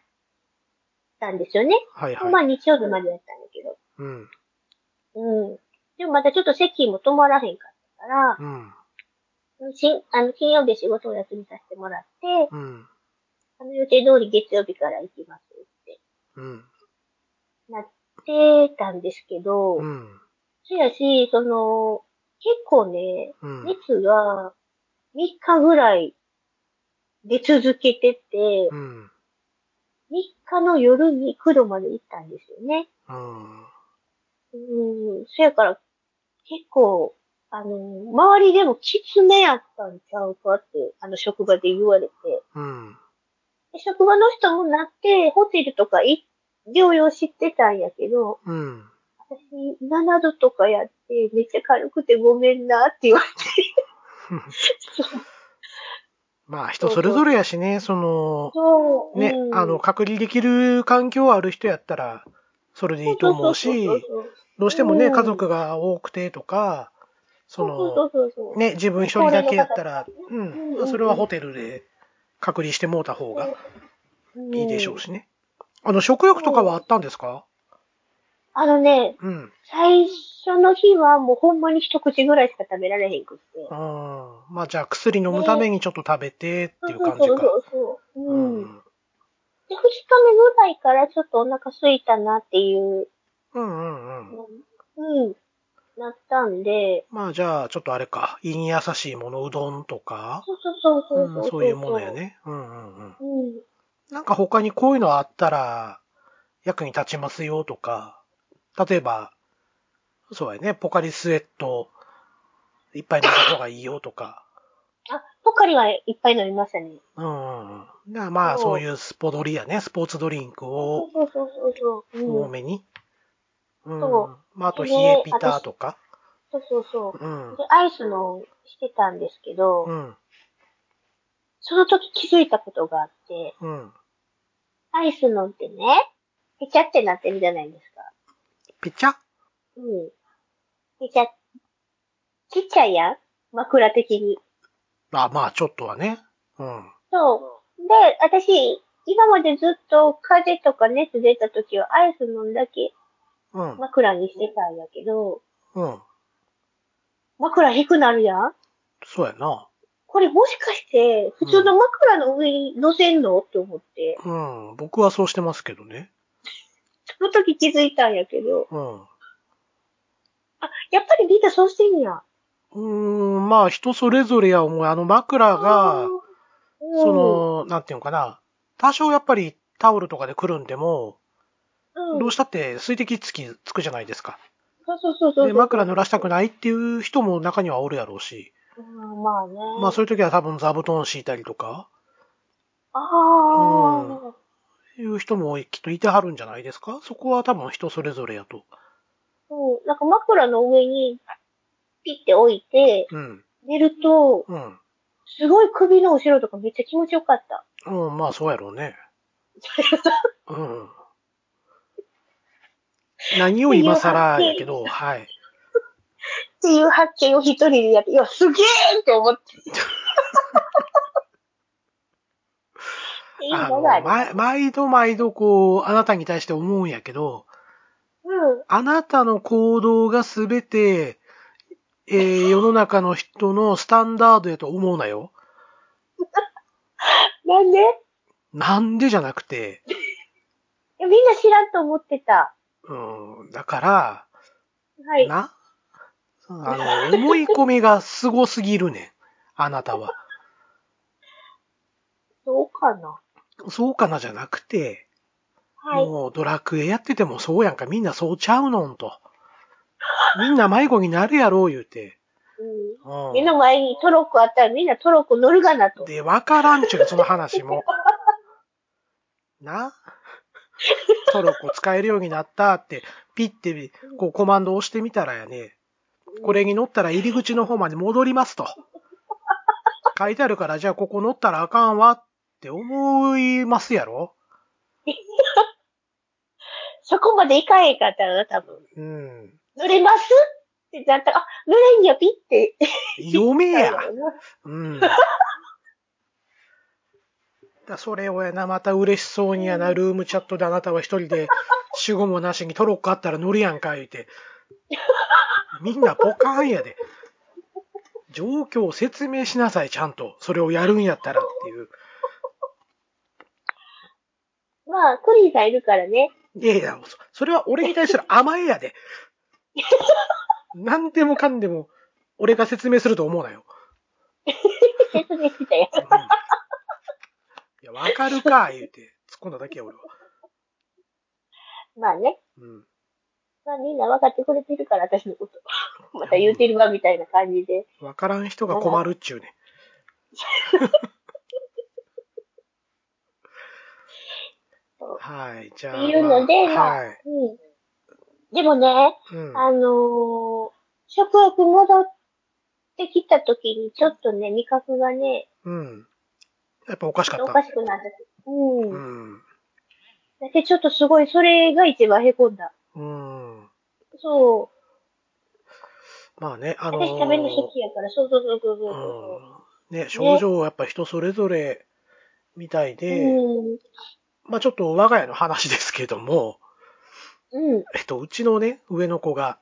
A: たんですよね。
B: はい
A: まあ
B: はい。
A: 日曜日までだったんだけど。
B: うん。
A: うん。でもまたちょっと席も止まらへんかったから、
B: うん。
A: しんあの金曜日仕事を休みさせてもらって、
B: うん。
A: あの予定通り月曜日から行きますって
B: うん。
A: なってたんですけど、
B: うん。
A: そやし、その、結構ね、
B: うん。
A: 熱が3日ぐらい出続けてて、3
B: うん。
A: 日の夜に9度まで行ったんですよね。
B: うん。
A: うん、そやから結構、あの、周りでもきつめやったんちゃうかって、あの職場で言われて。
B: うん。
A: で職場の人もなって、ホテルとかい療養してたんやけど、
B: うん。
A: 私、7度とかやって、めっちゃ軽くてごめんなって言われて。
B: まあ人それぞれやしね、その、
A: そう。
B: ね
A: う、ん
B: あの、、隔離できる環境ある人やったら、それでいいと思うし、
A: そうそう
B: どうしてもね、
A: うん
B: 家族が多くてとか、そ
A: そ
B: の、
A: うそうそう。
B: ね、自分一人だけやったら、
A: 高
B: う
A: 齢の方
B: ん、
A: うんうん
B: それはホテルで隔離してもうた方が
A: うん
B: いいでしょうしね。あの、食欲とかはあったんですか
A: あのね、
B: うん。
A: 最初の日はもうほんまに一口ぐらいしか食べられへんくって。
B: うん。まあじゃあ薬飲むためにちょっと食べてっていう
A: そう
B: 感
A: そ
B: じ
A: う
B: か。
A: そうそう。
B: う
A: うん。で、
B: ん。
A: 二日目ぐらいからちょっとお腹空いたなっていう、
B: うんうんうん。
A: うん、なったんで、
B: まあじゃあ、ちょっとあれか、胃に優しいもの、うどんとか、
A: そうそうそうそう
B: うんそういうものや。ね。うんうんうん。
A: うん。
B: なんか他にこういうのあったら役に立ちますよとか、例えば、そうやね、ポカリスエットいっぱい飲んだ方がいいよとか、
A: あ、ポカリはいっぱい飲みましたね。
B: うんうんうん。だからまあ
A: そ
B: そうういうスポドリやね、スポーツドリンク
A: そうそ
B: を
A: うそうそう。う
B: 多
A: ん、
B: めに。うん。
A: そ
B: まああと冷
A: で
B: えピタとか。
A: そうそうそうう。
B: ん
A: で。、アイスのしてたんですけど、
B: うん。
A: その時気づいたことがあって、
B: うん。
A: アイス飲んでね、ペチャってなってるじゃないですか。
B: ピチャ
A: うん。ペチャ、ちっちゃいやん枕的に。
B: あ、まあちょっとはね。うん。
A: そう。で、私、今までずっと風邪とか熱出た時はアイス飲んだけ
B: うん。
A: 枕にしてたんやけど、
B: うん。
A: 枕低くなるやん
B: そうやな。
A: これもしかして、普通の枕の上に乗せんのって思って、
B: うん。僕はそうしてますけどね。
A: その時気づいたんやけど、
B: うん。
A: あ、やっぱりリータそうしてんや。
B: うーん、まあ人それぞれや思う。あの枕が、
A: うん、
B: その、なんていうのかな。多少やっぱりタオルとかでくるんでも、
A: うん、
B: どうしたって水滴つき、つくじゃないですか。
A: そうそうそうそう。
B: で、枕濡らしたくないっていう人も中にはおるやろうし。
A: うんまあね。
B: まあそういう時は多分座布団敷いたりとか、
A: ああ、
B: いう人もきっといてはるんじゃないですか。そこは多分人それぞれやと
A: うん。なんか枕の上に、ピッて置いて、
B: うん。
A: 寝ると、
B: うん。
A: すごい首の後ろとかめっちゃ気持ちよかった。
B: うん、まあそうやろうね。うん。何を今更やけど、はい。
A: っていう発見を一人でやって、いや、すげえって思って。いい
B: *laughs* あ
A: の
B: の、
A: がある。
B: ま毎度毎度こう、あなたに対して思うんやけど、
A: うん。
B: あなたの行動がすべて、えー世の中の人のスタンダードやと思うなよ。
A: なんでい
B: なんでじゃなくて、
A: やみんな知らんと思ってた。
B: うん、だから、
A: はい。
B: な、あの、思い込みがすごすぎるねん。あなたは。
A: そうかな。
B: そうかなじゃなくて、
A: はい。
B: もうドラクエやっててもそうやんか、みんなそうちゃうのんと。みんな迷子になるやろう言うて。
A: う
B: うん
A: ん、目の前にトロッコあったらみんなトロッコ乗るがなと。
B: で、わからんちゅう、その話も。なトロッコ使えるようになったって、ピッて、こうコマンド押してみたらやね、これに乗ったら入り口の方まで戻りますと。書いてあるから、じゃあここ乗ったらあかんわって思いますやろ
A: そこまで行かへんかったらな、多分。
B: うん。
A: 乗れますってなったら、あ、乗れんや、ピッて。
B: 読めや
A: なるほどな
B: うん。だそれをやな、また嬉しそうにやな、ルームチャットであなたは一人で主語もなしにトロッコあったら乗るやんか、言うて。みんなポカーンやで。状況を説明しなさい、ちゃんと。それをやるんやったらっていう。
A: まあ、クリーさんいるからね。 *laughs*
B: いやいや、そそれは俺に対する甘えやで。何でもかんでも、俺が説明すると思うなよ。
A: 説明してたやん。
B: うんいや、わかるか、言うて。突っ込んだだけや、俺は。
A: まあね。
B: うん。
A: まあみんな分かってくれてるから、私のこと。また言うてるわ、みたいな感じで。
B: わからん人が困るっちゅうね。
A: *laughs*
B: はい、じゃあ。
A: っていうので、
B: まあ
A: まあ、
B: はい。
A: うん。でもね、
B: うん。
A: あのー、食欲戻ってきた時に、ちょっとね、味覚がね、
B: うん。やっぱおかしか
A: お
B: っ
A: か
B: た。
A: しくなった。うん。
B: うん。
A: だけどちょっとすごい、それが一番凹んだ。
B: うん。
A: そう。
B: まあね、あのー
A: 私食べるの好きやから、そうそうそうそうそうそう。
B: うん。ね、症状はやっぱ人それぞれみたいで、
A: うん。
B: まあちょっと我が家の話ですけども、
A: うん。
B: えっと、うちのね、上の子が、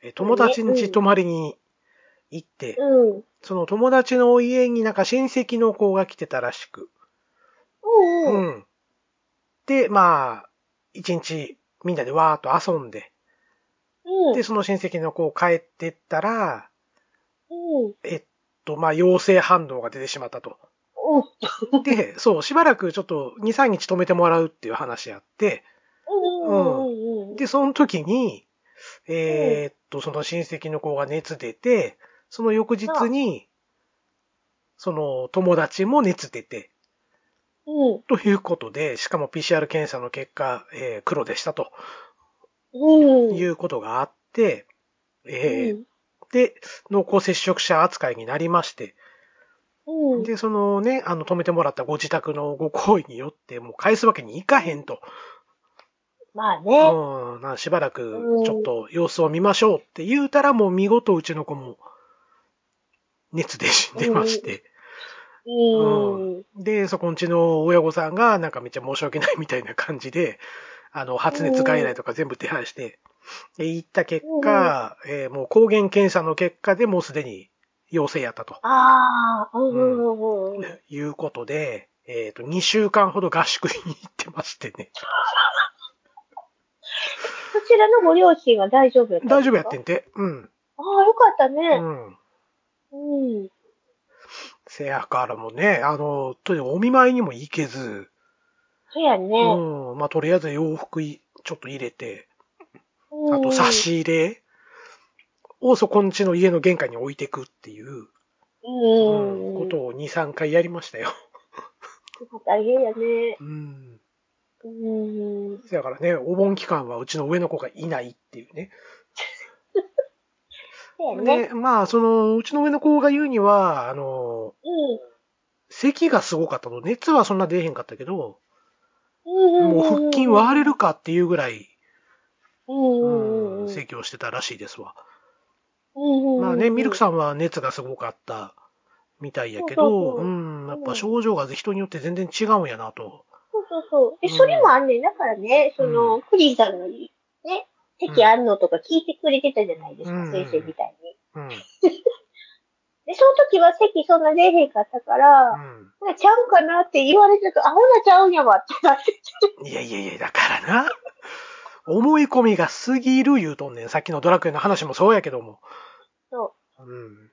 B: え友達ん家泊まりに行って、
A: うん。うん
B: その友達の家になんか親戚の子が来てたらしく。
A: うん。うん。
B: ん。で、まあ、一日みんなでわーっと遊んで、で、その親戚の子帰ってったら、
A: うん。
B: えっと、まあ、陽性反応が出てしまったと。
A: うん。
B: で、そう、しばらくちょっと2、3日止めてもらうっていう話やって、
A: うん。うん。
B: で、その時に、えーっと、その親戚の子が熱出て、その翌日に、その友達も熱出て、
A: うん。
B: ということで、しかも PCR 検査の結果、えー黒でしたと
A: うん。
B: いうことがあって、えー
A: うん。
B: で、濃厚接触者扱いになりまして、
A: うん。
B: で、そのね、あの、止めてもらったご自宅のご行為によって、もう返すわけにいかへんと、
A: まあ
B: う
A: ね。
B: ん、なしばらくちょっと様子を見ましょうって言うたら、もう見事うちの子も熱で死んでまして、
A: うん。
B: で、そこんちの親御さんが、なんかめっちゃ申し訳ないみたいな感じで、あの、発熱外来とか全部手配して、で、行った結果、えーもう抗原検査の結果でもうすでに陽性やったと
A: ああ。うん。うん。うん。
B: いうことで、えっ、と、2週間ほど合宿に行ってましてね。
A: そちらのご両親は大丈夫やったんで
B: 大
A: す
B: 丈
A: か
B: 夫やってんて。うん。
A: ああ、よかった
B: う
A: ね。
B: ん。
A: うん。
B: せやからもね、あの、とにかくお見舞いにも行けず、
A: そうや
B: う
A: ね。
B: ん。まあ、とりあえず洋服いちょっと入れて、
A: うん。
B: あと差し入れをそこんちの家の玄関に置いてくっていう、
A: うん。
B: ことを2、3回やりましたよ。
A: 大変やね。
B: うん。
A: うん。
B: だからね、お盆期間はうちの上の子がいないっていうね。
A: そうやね。
B: で、まあ、その、うちの上の子が言うには、あの、
A: うん。
B: 咳がすごかったと。熱はそんな出えへんかったけど、
A: うんうんうん
B: もう
A: うん
B: 腹筋割れるかっていうぐらい、
A: うん
B: う、
A: うんうんん。
B: 咳をしてたらしいですわ。
A: うんうんうん
B: まあね、ミルクさんは熱がすごかったみたいやけ
A: そうそ
B: ど、
A: う
B: う、
A: そうん
B: やっぱ症状が人によって全然違うんやなと。
A: そうそうそう。で、
B: うん
A: それもあんねん。だからね、その、
B: う
A: クリーさんの、ね、席あるのとか聞いてくれてたじゃないですか、
B: うん
A: 先生みたいに。
B: うん、うん、
A: で、その時は席そんな出えへんかったから、なんかちゃうかなって言われてたあ、ほなちゃうんやわってなって。
B: *laughs* いやいやいや、だからな。思い込みが過ぎる言うとんねん。さっきのドラクエの話もそうやけども。。
A: そう
B: うん。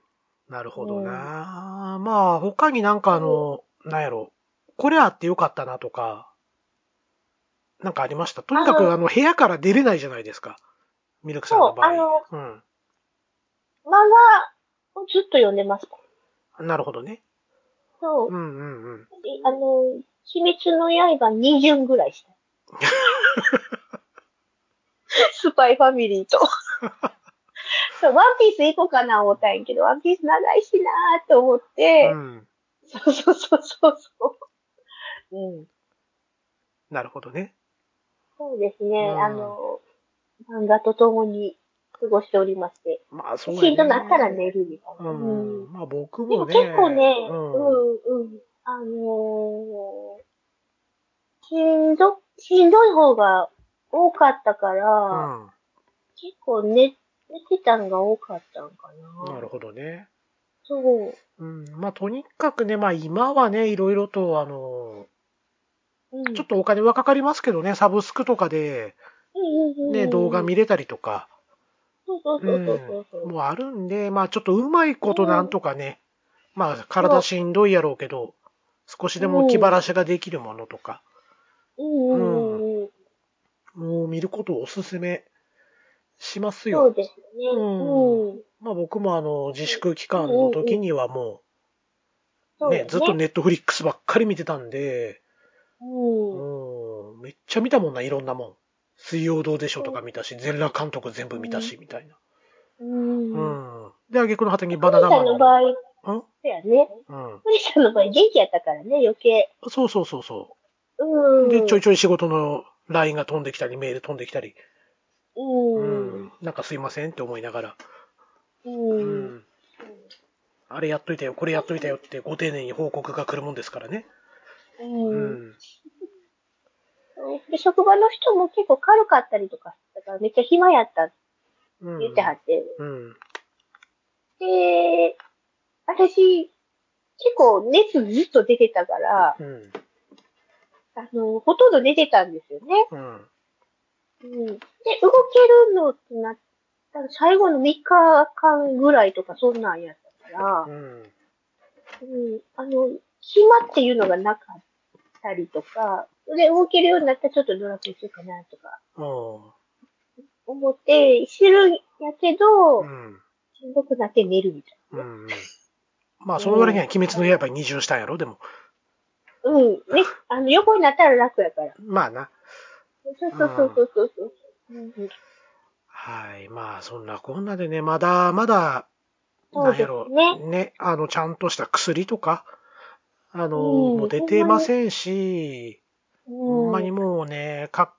B: なるほどな。まあ、他になんかあの、なんやろ。これあってよかったなとか、なんかありました。とにか
A: あ
B: く
A: の
B: あの、部屋から出れないじゃないですか。ミルクさんの場合。
A: そう
B: うん。
A: 漫画をずっと読んでました。
B: なるほどね。
A: そう。
B: うんうんうん。
A: あの、秘密の刃2巡ぐらい
B: *laughs*
A: した。スパイファミリーと。 *laughs* そう、ワンピース行こうかな思ったんやけど、ワンピース長いしなーと思って、
B: うん。
A: そうそうそうそうそう。うん。
B: なるほどね。
A: そうですね、
B: うん
A: あの、漫画と共に過ごしておりまして、
B: まあ、そ
A: し
B: うや
A: んどなったら寝るみたいうな。
B: ん。まあ、僕
A: でも
B: もね。
A: 結構ね、う
B: うん
A: ん、うん、あのー、しんど、しんどい方が多かったから、
B: うん。
A: 結構寝、寝てたんが多かったんかな。
B: なるほどね。
A: そう。
B: うん。まあ、とにかくね、まあ、今はね、いろいろと、あの、
A: うん、
B: ちょっとお金はかかりますけどね、サブスクとかで、
A: うんうんうん、
B: ね、動画見れたりとか、
A: そうそう
B: う
A: そうそうそう。
B: ん、もうあるんで、まあ、ちょっとうまいことなんとかね、まあ、体しんどいやろうけど、少しでも気晴らしができるものとか、
A: うんうんうんうん。
B: もう見ることをおすすめしますよ
A: そ。うですね。
B: う
A: うんん。
B: まあ僕もあの自粛期間の時にはも
A: そうう
B: ね、
A: です
B: ずっとネットフリックスばっかり見てたんで、
A: うん。
B: うん、めっちゃ見たもんな、いろんなもん。水曜どうでしょうとか見たし、全裸監督全部見たし、みたいな。
A: うん。
B: う
A: うん。
B: ん。で、挙句の果てにバナ
A: さ
B: ナマ
A: ん
B: ン
A: の場合、
B: も。
A: そうやね。
B: うんうん。
A: クリさんの場合元気やったからね、余計。
B: そうそうそうそ
A: うん。
B: う。で、ちょいちょい仕事の LINE が飛んできたり、メール飛んできたり、う
A: うん
B: ん。なんかすいませんって思いながら、
A: う。
B: うんん。あれやっといたよ、これやっといたよってご丁寧に報告が来るもんですからね。う
A: うん。
B: ん。
A: で、職場の人も結構軽かったりとか、だからめっちゃ暇やったって
B: うん
A: 言ってはって。
B: うん。
A: で、私、結構熱ずっと出てたから、
B: うん。
A: あの、ほとんど寝てたんですよね。
B: うん。
A: うん。で、動けるのってなったら、最後の3日間ぐらいとかそんなんやったから
B: う、
A: う
B: ん。
A: ん。あの、暇っていうのがなかったりとか、で、動けるようになったらちょっとドラクエしようかなとか、
B: うん。
A: 思って、知るんやけど、
B: うん。
A: しんどくなって寝るみたい
B: うん。まあ、その割には鬼滅の刃に二重したんやろ、でも。
A: な。うん。ね、あの、横になったら楽やから。
B: まあな。
A: そうそうそうそうそうそう。うんうん
B: はい。まあ、そんなこんなでね、まだ、まだ、
A: そう
B: なん
A: です
B: や
A: ね
B: ろ、ね、あの、ちゃんとした薬とか、あの、
A: うん
B: もう出てませんし、ほんまにもうね、か、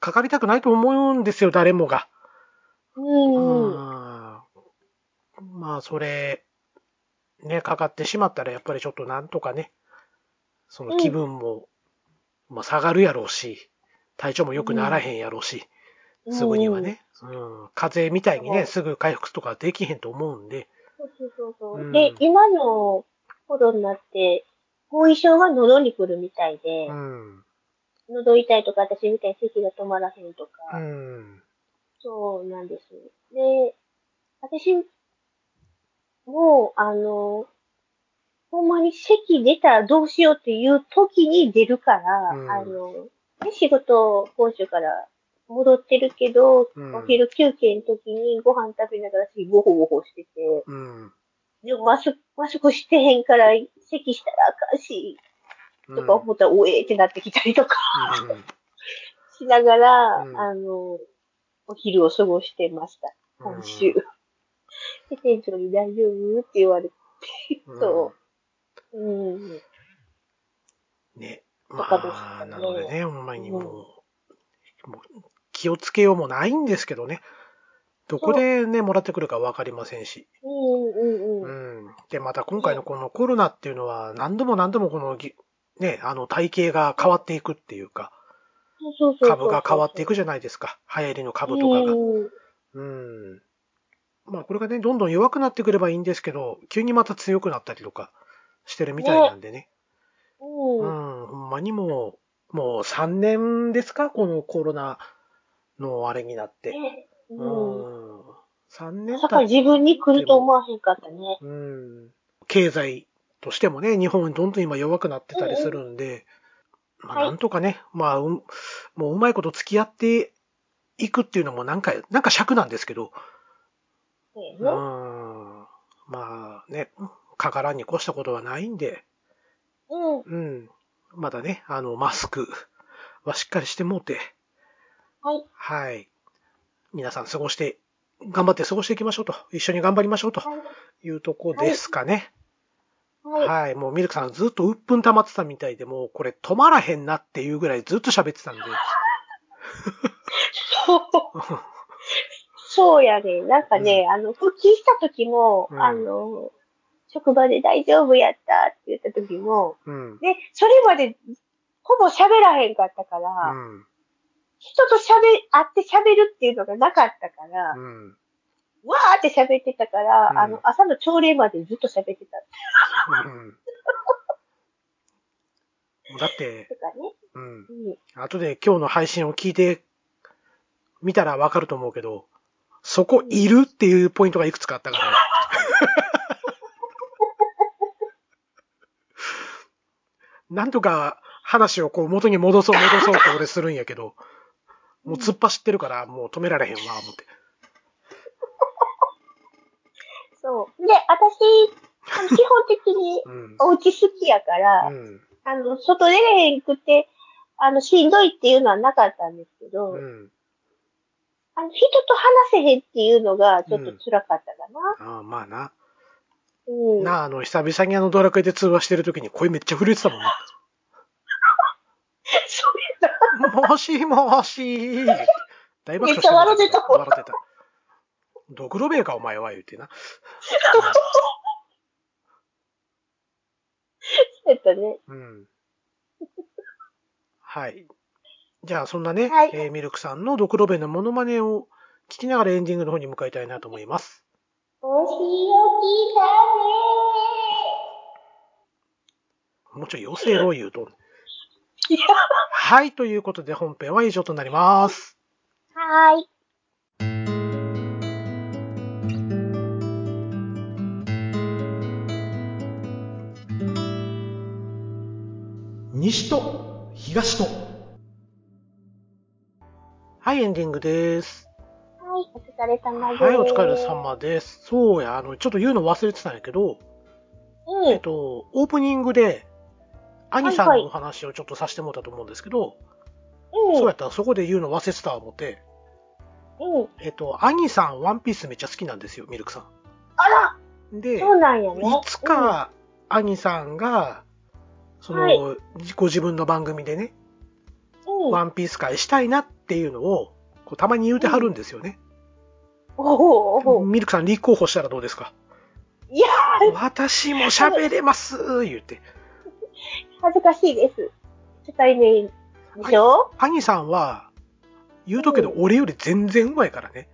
B: かかりたくないと思うんですよ、誰もが。
A: うん。うん。
B: うんまあ、それ、ね、かかってしまったら、やっぱりちょっとなんとかね、その気分も、まあ、下がるやろうし、体調も良くならへんやろうし、すぐにはね、うん、風邪みたいにね、すぐ回復とかできへんと思うんで、
A: そうそうそうそう、
B: うん
A: で、今の頃になって、後遺症が喉に来るみたいで
B: う、ん、
A: 喉痛いとか私みたいに咳が止まらへんとか、
B: うん、
A: そうなんです。で、私、もう、あの、ほんまに席出たらどうしようっていう時に出るから、
B: うん
A: あの、ね仕事、講習から戻ってるけど、
B: うん
A: お昼休憩の時にご飯食べながら私ゴホゴホしてて、
B: うん。
A: でもマスク、マスクしてへんから席したらあかんし、
B: うん
A: とか思ったら、おえーってなってきたりとか
B: うん
A: しながら、
B: うん
A: *laughs* あの、お昼を過ごしてました。今週。で、店長に大丈夫って言われて、そう。うん。
B: ね。
A: と
B: ま
A: かですかね
B: あ、なのでね、ほんまにもう、もう気をつけようもないんですけどね。どこでね、もらってくるかわかりませんし。
A: うんうん
B: う
A: うん。
B: ん。で、また今回のこのコロナっていうのは、何度も何度もこのぎ、ね、あの体型が変わっていくっていうか、
A: そうそうそうそう。
B: 株が変わっていく
A: じ
B: じゃないですか。流行りの
A: ゃ
B: 株とかが
A: う。ん
B: うん。まあこれがね、どんどん弱くなってくればいいんですけど、急にまた強くなったりとかしてるみたいなんでね。う
A: うん。
B: ん、ほんまにもう、もう3年ですかこのコロナのあれになって。
A: ね
B: う
A: うん。
B: ん。3
A: ま
B: 年
A: さか
B: 経っ
A: 自分に来ると思わへんかったね。
B: うん。経済としてもね、日本どんどん今弱くなってたりするんで、ま
A: は
B: あ
A: い
B: なんとかね、まあ、うんもううまいこと付き合っていくっていうのもなんか、なんか尺なんですけど、
A: ね
B: うん。まあね、かからんに越したことはないんで、
A: うん。
B: うん。まだね、あの、マスクはしっかりしてもうて、
A: はい。
B: はい。皆さん過ごして、頑張って過ごしていきましょうと。一緒に頑張りましょうというとこですかね。
A: は。
B: はいい。
A: はい。
B: もうミルクさんずっと鬱憤溜まってたみたいで、もうこれ止まらへんなっていうぐらいずっと喋ってたんで。
A: そうやね。なんかね、あの、復帰した時も、
B: うん
A: あの、職場で大丈夫やったって言った時も、
B: うん。うん。
A: で、それまで、ほぼ喋らへんかったから、人と喋、会って喋るっていうのがなかったから、
B: うん。
A: わーって喋ってたから、
B: うん
A: あの、朝の朝礼までずっと喋ってた
B: *laughs* うん。だって、
A: とかね。
B: うん。
A: うん。
B: 後で今日の配信を聞いてみたらわかると思うけど、そこいるっていうポイントがいくつかあったからね。なんとか話をこう元に戻そう戻そうって俺するんやけど、もう突っ走ってるからもう止められへんわ、思って。
A: そう。で、私、あの基本的に
B: うん。
A: お家好きやから、
B: うん。
A: あの、外出れへんくて、あの、しんどいっていうのはなかったんですけど、
B: うん。
A: あの、人と話せへんっていうのがちょっと辛かったかな。
B: ああ、まあな。
A: うん。
B: なあ、あの、久々にあのドラクエで通話してる時に声めっちゃ震えてたもんね。
A: それだ。
B: もしもし。大爆笑して
A: めっちゃ笑ってた
B: 笑ってた。ドクロベーか、お前は、言うてな。
A: そうやったね。
B: うん。はい。じゃあ、そんなね、
A: はい
B: えーミルクさんのドクロベーのモノマネを聞きながらエンディングの方に向かいたいなと思います。
A: お仕置きだね
B: もうちょい妖精ロイ言うとんね。
A: いや
B: はい、ということで本編は以上となります。
A: はーい。
B: 西と東と。はい、エンディングです。
A: はい、お疲れ様です。
B: はい、お疲れ。様です。そうや、あの、ちょっと言うの忘れてたんやけど、
A: う
B: えっ
A: ん。
B: と、オープニングで、アニさん
A: はい
B: の
A: はい
B: お話をちょっとさせてもらったと思うんですけど、
A: うん。
B: そうやったらそこで言うの忘れてた思って、
A: うん。
B: えっと、アニさん、ワンピースめっちゃ好きなんですよ、ミルクさ
A: あら、
B: ん。で、い
A: そうなんやね。
B: つか、アニさんが、その、
A: はい
B: ご自分の番組でね、
A: うん、うん。
B: ワンピース会したいなっていうのを、こうたまに言うてはるんですよね。
A: おおお
B: ミルクさん立候補したらどうですか
A: いや、
B: 私も喋れます言うて。
A: 恥ずかしいです。二人目でしょ
B: 兄さんは、言うとくけど、俺より全然うまいからね。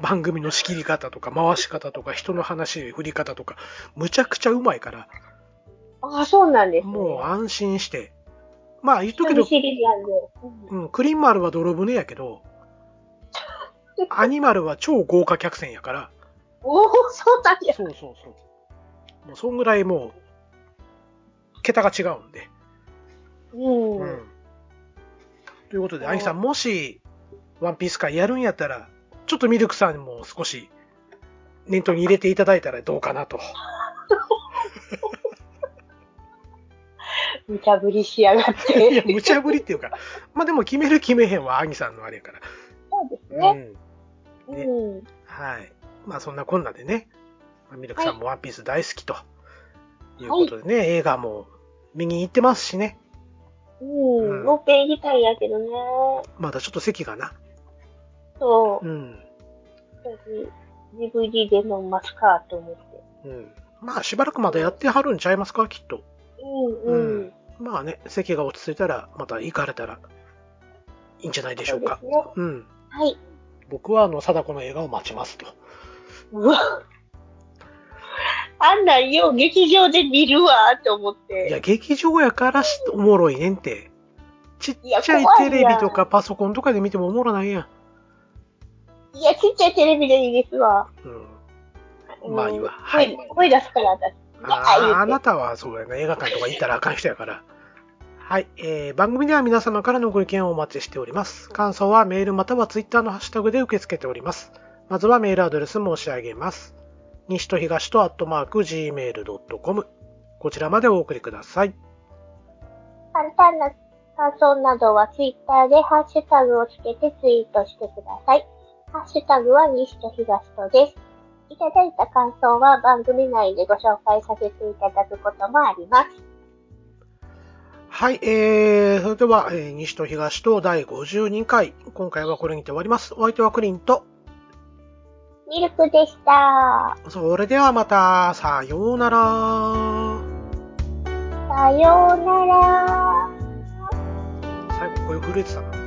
B: 番組の仕切り方とか、回し方とか、人の話、振り方とか、むちゃくちゃうまいから、
A: ああ、そうなんです、ね。
B: もう安心して。まあ、言うとくけ
A: 人見
B: ど、
A: 知りなんで。うん
B: うん、クリンマルは泥船やけど、アニマルは超豪華客船やから、
A: おお、そうなんや。
B: そうそうそう。もう、そんぐらいもう、桁が違うんで。
A: うん。
B: うん。ということで、兄さん、もし、ワンピース会やるんやったら、ちょっとミルクさんも少し、念頭に入れていただいたらどうか
A: *laughs*
B: なと。
A: 無茶ぶりしやがっ
B: いや、
A: て。
B: 無茶ぶりっていうか、まあでも決める決めへんは兄さんのあれやから。
A: そうです
B: う
A: ね。
B: ん。
A: う
B: ね
A: ん。
B: はい。まあそんなこんなでね、ミルクさんもワンピース大好きということでね、映画も見に行ってますしね。
A: う
B: うん
A: ん。もっぺん行きたいやけどね。
B: まだちょっと席がな。
A: そうう。
B: ん。
A: 私、DVD で飲ますかと思って。
B: うん。まあしばらくまだやってはるんちゃいますか、きっと。
A: う
B: うん
A: うん。
B: まあね、席が落ち着いたら、また行かれたらいいんじゃないでし
A: そ
B: ょ
A: う
B: う
A: で
B: か
A: す。ね。
B: うん。
A: はい。
B: 僕は、あの、貞子の映画を待ちますと。
A: うわ。あんなんよう劇場で見るわと思っ
B: いや、
A: て。
B: 劇場やからしおもろいねんて。ちっちゃい
A: いや怖い
B: テ
A: やん
B: レビとかパソコンとかで見てもおもろないやん。
A: いや、ちっちゃいテレビでいいですわ。
B: うん。
A: うん
B: まあいいわはい
A: 声声出すから、私。
B: あーあ
A: 言
B: な
A: って
B: たはそうやな、映画館とか行ったらあかん人やから。はい、えー、番組では皆様からのご意見をお待ちしております。感想はメールまたはツイッターのハッシュタグで受け付けております。まずはメールアドレス申し上げます。西と東とアットマーク gmail.com こちらまでお送りください。
A: 簡単な感想などはツイッターでハッシュタグをつけてツイートしてください。ハッシュタグは西と東とです。いただいた感想は番組内でご紹介させていただくこともあります。
B: はい、えー、それでは、えー西と東と第52回、今回はこれにて終わります。お相手はクリント。
A: ミルクでした。
B: それではまた、さようなら。
A: さようなら。
B: 最後、声震えてたな。